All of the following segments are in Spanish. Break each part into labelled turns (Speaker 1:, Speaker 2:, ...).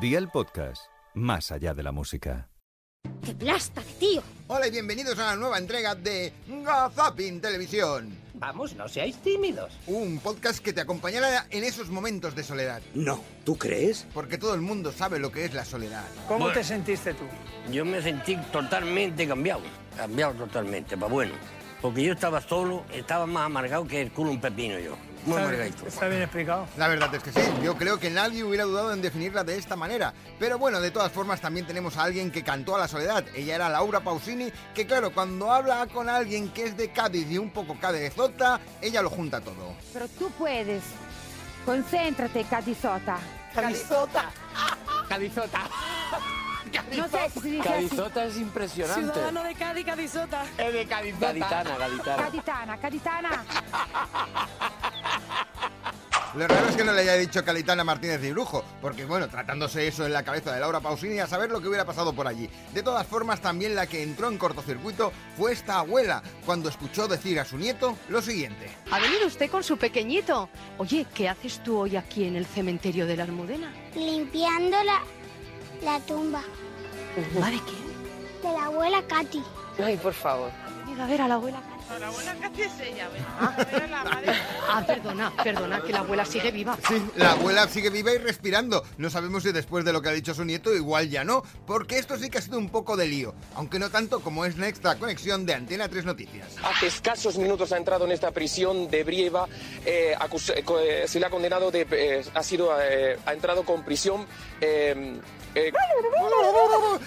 Speaker 1: Día el podcast, más allá de la música.
Speaker 2: ¡Qué plasta de tío!
Speaker 3: Hola y bienvenidos a la nueva entrega de Gazapin Televisión.
Speaker 4: Vamos, no seáis tímidos.
Speaker 3: Un podcast que te acompañará en esos momentos de soledad.
Speaker 5: No, ¿tú crees?
Speaker 3: Porque todo el mundo sabe lo que es la soledad.
Speaker 6: ¿Cómo te sentiste tú?
Speaker 7: Yo me sentí totalmente cambiado, cambiado totalmente, para bueno. Porque yo estaba solo, estaba más amargado que el culo un pepino yo. Muy
Speaker 6: Está-
Speaker 7: amargadito.
Speaker 6: Está bien explicado.
Speaker 3: La verdad es que sí, yo creo que nadie hubiera dudado en definirla de esta manera. Pero bueno, de todas formas también tenemos a alguien que cantó a la soledad. Ella era Laura Pausini, que claro, cuando habla con alguien que es de Cádiz y un poco cadezota, ella lo junta todo.
Speaker 8: Pero tú puedes. Concéntrate, Cadizota.
Speaker 4: Calizota. Calizota.
Speaker 8: No sé si se dice así.
Speaker 9: es impresionante.
Speaker 10: Ciudadano de Cádiz, Cadizota.
Speaker 4: Es de calizota.
Speaker 9: Gaditana, gaditana.
Speaker 8: Caditana, Caditana.
Speaker 3: Lo raro es que no le haya dicho Calitana Martínez de Brujo, porque bueno, tratándose eso en la cabeza de Laura Pausini, a saber lo que hubiera pasado por allí. De todas formas, también la que entró en cortocircuito fue esta abuela, cuando escuchó decir a su nieto lo siguiente.
Speaker 10: Ha venido usted con su pequeñito. Oye, ¿qué haces tú hoy aquí en el cementerio de la Almudena?
Speaker 2: Limpiando la, la tumba
Speaker 10: ¿Va de quién?
Speaker 2: de la abuela Katy.
Speaker 10: Venga, a ver a la abuela. Ah, perdona, perdona, que la abuela sigue viva.
Speaker 3: Sí, la abuela sigue viva y respirando. No sabemos si después de lo que ha dicho su nieto igual ya no, porque esto sí que ha sido un poco de lío, aunque no tanto como es Next la conexión de Antena 3 Noticias.
Speaker 11: Hace escasos minutos ha entrado en esta prisión de Brieva. eh, acus- eh, co- eh, se le ha condenado de. eh, ha sido. eh, ha entrado con prisión. eh, eh,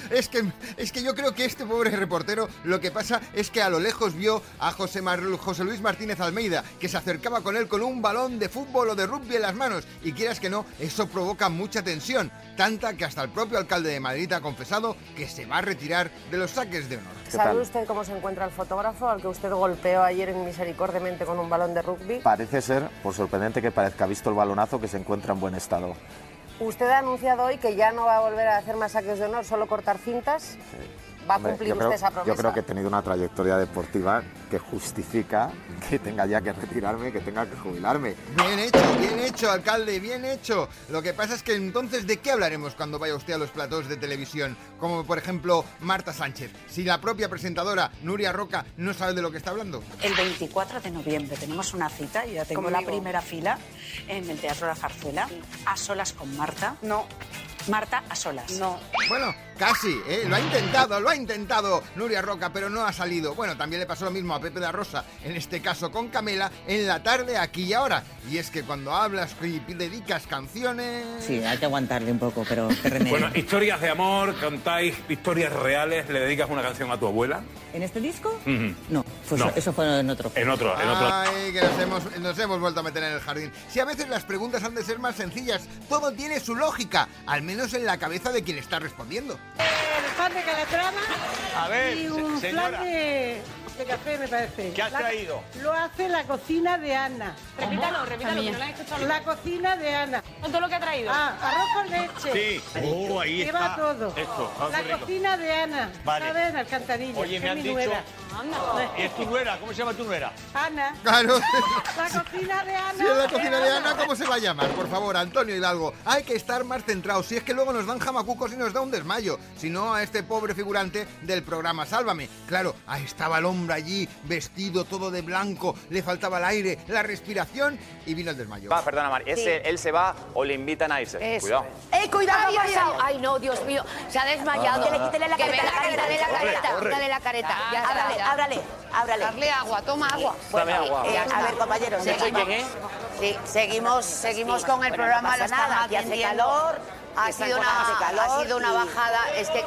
Speaker 3: Es que, es que yo creo que este pobre reportero lo que pasa es que a lo lejos vio a José, Mar- José Luis Martínez Almeida, que se acercaba con él con un balón de fútbol o de rugby en las manos. Y quieras que no, eso provoca mucha tensión, tanta que hasta el propio alcalde de Madrid ha confesado que se va a retirar de los saques de honor.
Speaker 10: ¿Sabe usted cómo se encuentra el fotógrafo al que usted golpeó ayer misericordiamente con un balón de rugby?
Speaker 5: Parece ser, por sorprendente que parezca, visto el balonazo, que se encuentra en buen estado.
Speaker 10: Usted ha anunciado hoy que ya no va a volver a hacer masacres de honor, solo cortar cintas. ¿Va a
Speaker 5: Hombre,
Speaker 10: cumplir
Speaker 5: yo, creo,
Speaker 10: usted esa
Speaker 5: yo
Speaker 10: promesa?
Speaker 5: creo que he tenido una trayectoria deportiva que justifica que tenga ya que retirarme, que tenga que jubilarme.
Speaker 3: Bien hecho, bien hecho, alcalde, bien hecho. Lo que pasa es que entonces, ¿de qué hablaremos cuando vaya usted a los platós de televisión? Como por ejemplo Marta Sánchez. Si la propia presentadora, Nuria Roca, no sabe de lo que está hablando.
Speaker 10: El 24 de noviembre tenemos una cita, yo ya tengo la primera fila en el Teatro La Zarzuela, a solas con Marta. No. Marta a solas. No.
Speaker 3: Bueno, casi, ¿eh? Lo ha intentado, lo ha intentado Nuria Roca, pero no ha salido. Bueno, también le pasó lo mismo a Pepe da Rosa, en este caso con Camela, en la tarde, aquí y ahora. Y es que cuando hablas y dedicas canciones...
Speaker 4: hay que aguantarle un poco, pero qué remedio.
Speaker 9: Bueno, historias de amor, cantáis historias reales, le dedicas una canción a tu abuela.
Speaker 4: ¿En este disco?
Speaker 9: Ujú.
Speaker 4: No, fue-
Speaker 9: No.
Speaker 4: eso fue en otro.
Speaker 9: En otro, en otro.
Speaker 3: Ay, que nos hemos, nos hemos vuelto a meter en el jardín. Si a veces las preguntas han de ser más sencillas, todo tiene su lógica, al menos en la cabeza de quien está respondiendo.
Speaker 10: El pan de Calatrava
Speaker 9: A ver,
Speaker 10: y un
Speaker 9: se-
Speaker 10: plan de, de café, me parece.
Speaker 9: ¿Qué has
Speaker 10: La-
Speaker 9: traído?
Speaker 10: Lo hace la cocina de Ana. Repítalo, repítalo, que no la La cocina de Ana. ¿Cuánto lo que ha traído? Ah, arroz con leche.
Speaker 9: Sí. Oh, ahí
Speaker 10: Lleva
Speaker 9: está.
Speaker 10: todo.
Speaker 9: Esto, ah,
Speaker 10: la
Speaker 9: qué rico.
Speaker 10: cocina de Ana.
Speaker 9: Vale.
Speaker 10: ¿Sabes? En Alcantarilla.
Speaker 9: Oye,
Speaker 10: que
Speaker 9: me
Speaker 10: es
Speaker 9: han
Speaker 10: mi
Speaker 9: dicho-
Speaker 10: nuera.
Speaker 9: ¿Y es tu nuera? ¿Cómo se llama tu nuera?
Speaker 10: Ana.
Speaker 3: Claro.
Speaker 10: La cocina de Ana.
Speaker 3: Si es la cocina de Ana, ¿cómo se va a llamar? Por favor, Antonio Hidalgo, hay que estar más centrados. Si es que luego nos dan jamacucos y nos da un desmayo. Si no, a este pobre figurante del programa Sálvame. Claro, ahí estaba el hombre allí, vestido todo de blanco, le faltaba el aire, la respiración y vino el desmayo.
Speaker 11: va, perdona, Mar. ese- Él se va o le invitan a irse. Cuidado.
Speaker 10: ¡Eh, cuidado! Ay, no, Dios mío. Se ha desmayado. Que le quítele la careta, la careta, dale la careta, Ah, dale la careta. ábrale, ábrale, ábrale. Darle agua, toma agua.
Speaker 11: Dame agua.
Speaker 10: a ver, compañeros,
Speaker 11: seguimos. quién es?
Speaker 10: seguimos, seguimos con el programa La Nada, que hace calor, ha sido, una, ha sido una bajada, es que...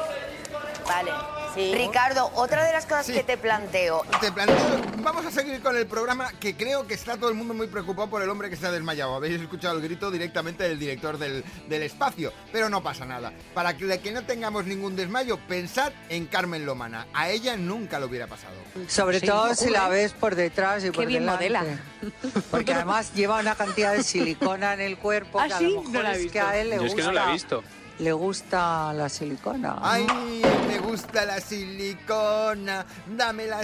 Speaker 10: Vale. Ricardo, otra de las cosas
Speaker 3: Sí.
Speaker 10: que te planteo,
Speaker 3: Te planteo, vamos a seguir con el programa que creo que está todo el mundo muy preocupado por el hombre que se ha desmayado. Habéis escuchado el grito directamente del director del, del espacio, pero no pasa nada. Para que, que no tengamos ningún desmayo, pensad en Carmen Lomana. A ella nunca lo hubiera pasado.
Speaker 10: Sobre todo si la ves por detrás y por
Speaker 8: bien
Speaker 10: delante.
Speaker 8: modela.
Speaker 10: Porque Ah, además lleva una cantidad de silicona en el cuerpo que a lo mejor es que a él le gusta.
Speaker 7: visto.
Speaker 12: Le gusta la silicona.
Speaker 3: Ay, me gusta la silicona, dame la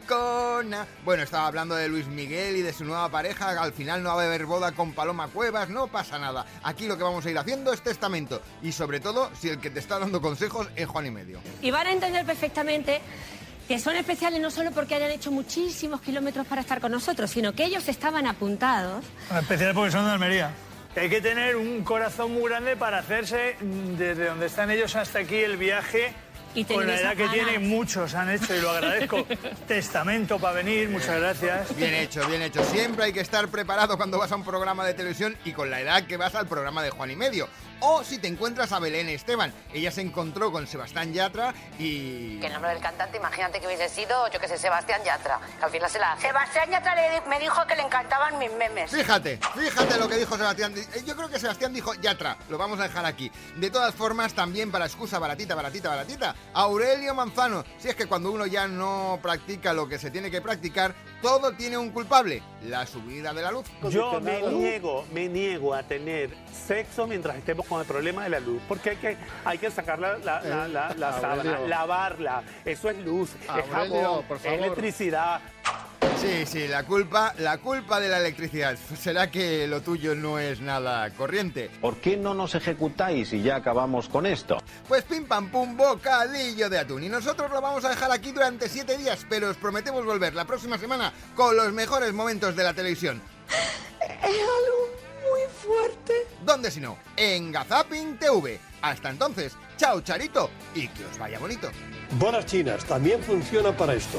Speaker 3: silicona. Bueno, estaba hablando de Luis Miguel y de su nueva pareja. Al final no va a haber boda con Paloma Cuevas, no pasa nada. Aquí lo que vamos a ir haciendo es testamento. Y sobre todo, si el que te está dando consejos es Juan y medio.
Speaker 13: Y van a entender perfectamente que son especiales no solo porque hayan hecho muchísimos kilómetros para estar con nosotros, sino que ellos estaban apuntados.
Speaker 6: En especial porque son de Almería. Que Hay que tener un corazón muy grande para hacerse mm, desde donde están ellos hasta aquí el viaje.
Speaker 13: Y tener
Speaker 6: con la edad
Speaker 13: esas
Speaker 6: que
Speaker 13: ganas.
Speaker 6: tienen, muchos han hecho y lo agradezco. Testamento para venir, muchas gracias.
Speaker 3: Bien hecho, bien hecho. Siempre hay que estar preparado cuando vas a un programa de televisión y con la edad que vas al programa de Juan y Medio. O si te encuentras a Belén Esteban. Ella se encontró con Sebastián Yatra y...
Speaker 14: Que el nombre del cantante, imagínate que hubiese sido, yo que sé, Sebastián Yatra. Que al final se la hace.
Speaker 10: Sebastián Yatra le di- me dijo que le encantaban mis memes.
Speaker 3: Fíjate, fíjate lo que dijo Sebastián. Eh, Yo creo que Sebastián dijo Yatra, lo vamos a dejar aquí. De todas formas, también para excusa baratita, baratita, baratita, Aurelio Manzano. Si es que cuando uno ya no practica lo que se tiene que practicar, todo tiene un culpable, la subida de la luz.
Speaker 15: Yo me niego, me niego a tener sexo mientras estemos con el problema de la luz, porque hay que, hay que sacar la, la- la- la- la
Speaker 3: Eh, Aurelio.
Speaker 15: sábana, lavarla, eso es luz, es
Speaker 3: Aurelio,
Speaker 15: jabón,
Speaker 3: por
Speaker 15: es
Speaker 3: favor.
Speaker 15: electricidad.
Speaker 3: Sí, sí, la culpa, la culpa de la electricidad. ¿Será que lo tuyo no es nada corriente?
Speaker 16: ¿Por qué no nos ejecutáis y ya acabamos con esto?
Speaker 3: Pues pim pam pum, bocadillo de atún. Y nosotros lo vamos a dejar aquí durante siete días, pero os prometemos volver la próxima semana con los mejores momentos de la televisión. Es algo muy fuerte. ¿Dónde si no? En Gazapin TV. Hasta entonces, chao Charito y que os vaya bonito.
Speaker 17: Bolas chinas también funciona para esto.